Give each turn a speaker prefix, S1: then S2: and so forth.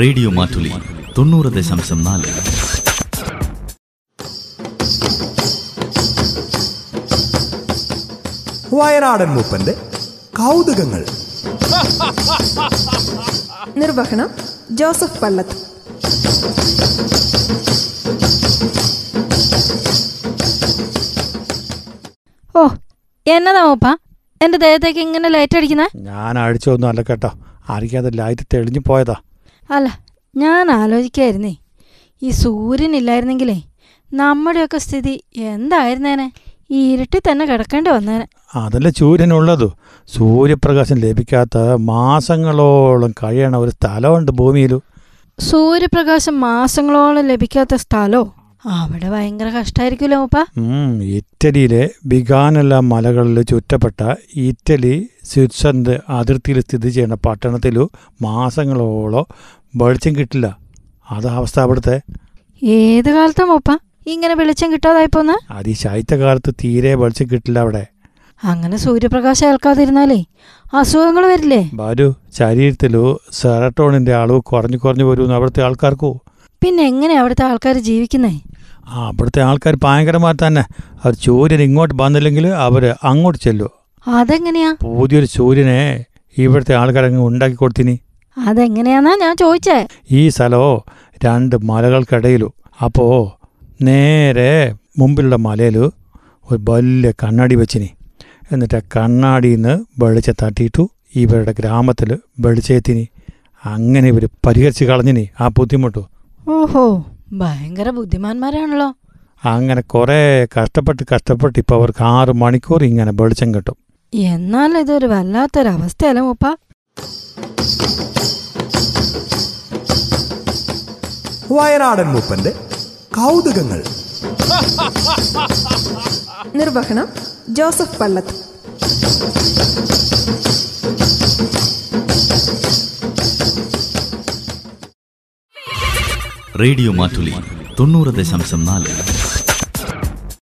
S1: radio Mattoli തൊണ്ണൂറ് ദശാംശം നാല്
S2: വയനാടൻ മൂപ്പന്റെ കൗതുകങ്ങൾ
S3: നിർവഹണം ജോസഫ് പള്ളത്ത്
S4: ഓ എന്നതാ മൂപ്പ എന്റെ ദേഹത്തേക്ക് ഇങ്ങനെ ലൈറ്റ് അടിക്കുന്നേ
S5: ഞാൻ അഴിച്ചൊന്നും അല്ല കേട്ടോ ആരിക്കത് ലൈറ്റ് തെളിഞ്ഞു പോയതാ
S4: അല്ല ഞാൻ ആലോചിക്കായിരുന്നേ ഈ സൂര്യനില്ലായിരുന്നെങ്കിലേ നമ്മുടെയൊക്കെ സ്ഥിതി എന്തായിരുന്നേനെ ഈ ഇരുട്ടിൽ തന്നെ കിടക്കേണ്ടി വന്നേനെ
S5: അതല്ല സൂര്യനുള്ളതു സൂര്യപ്രകാശം ലഭിക്കാത്ത മാസങ്ങളോളം കഴിയണ ഒരു സ്ഥലമുണ്ട് ഭൂമിയിൽ
S4: സൂര്യപ്രകാശം മാസങ്ങളോളം ലഭിക്കാത്ത സ്ഥലോ അവിടെ ഭയങ്കര കഷ്ടായിരിക്കുമല്ലോ മൂപ്പ
S5: ഇറ്റലിയിലെ ബിഗാനല്ല മലകളിൽ ചുറ്റപ്പെട്ട ഇറ്റലി സ്വിറ്റ്സർലൻഡ് അതിർത്തിയിൽ സ്ഥിതി ചെയ്യുന്ന പട്ടണത്തിലു മാസങ്ങളോളം വെളിച്ചം കിട്ടില്ല അതാ അവസ്ഥ അവിടുത്തെ
S4: ഏത് കാലത്താ മൂപ്പ ഇങ്ങനെ വെളിച്ചം കിട്ടാതായി പോന്നെ
S5: അത് ഈ ശൈത്യകാലത്ത് തീരെ വെളിച്ചം കിട്ടില്ല അവിടെ
S4: അങ്ങനെ സൂര്യപ്രകാശം ഏൽക്കാതിരുന്നാലേ അസുഖങ്ങൾ വരില്ലേ
S5: ബാലു ശരീരത്തിലു സെറട്ടോണിൻ്റെ അളവ് കുറഞ്ഞു കുറഞ്ഞു വരുമെന്ന് അവിടുത്തെ ആൾക്കാർക്കോ
S4: പിന്നെ എങ്ങനെയാ അവിടുത്തെ ആൾക്കാർ ജീവിക്കുന്നേ
S5: ആ അവിടുത്തെ ആൾക്കാർ ഭയങ്കരമാർ തന്നെ അവർ സൂര്യൻ ഇങ്ങോട്ട് വന്നില്ലെങ്കിൽ അവർ അങ്ങോട്ട് ചെല്ലും
S4: അതെങ്ങനെയാ
S5: പുതിയൊരു സൂര്യനെ ഇവിടുത്തെ ആൾക്കാർ അങ്ങ് ഉണ്ടാക്കി കൊടുത്തിനി
S4: അതെങ്ങനെയാന്നാ ഞാൻ ചോദിച്ചേ
S5: ഈ സ്ഥലമോ രണ്ട് മലകൾക്കിടയിലും അപ്പോൾ നേരെ മുമ്പിലുള്ള മലയിൽ ഒരു വലിയ കണ്ണാടി വെച്ചിനി എന്നിട്ട് ആ കണ്ണാടിയിൽ നിന്ന് വെളിച്ചം തട്ടിയിട്ടു ഇവരുടെ ഗ്രാമത്തിൽ വെളിച്ചെത്തിനി അങ്ങനെ ഇവർ പരിഹരിച്ച് കളഞ്ഞിനി ആ ബുദ്ധിമുട്ടു
S4: ഓഹോ ഭയങ്കര ബുദ്ധിമാന്മാരാണല്ലോ
S5: അങ്ങനെ കുറേ കഷ്ടപ്പെട്ട് കഷ്ടപ്പെട്ട് ഇപ്പോൾ അവർക്ക് ആറ് മണിക്കൂർ ഇങ്ങനെ വെളിച്ചം കിട്ടും
S4: എന്നാൽ ഇതൊരു വല്ലാത്തൊരവസ്ഥയല്ലേ മൂപ്പ
S2: വയനാടൻ മൂപ്പന്റെ കൗതുകങ്ങൾ
S3: നിർവഹണം ജോസഫ് പള്ളത്ത്
S1: റേഡിയോ മാറ്റുലി തൊണ്ണൂറ് ദശാംശം നാല്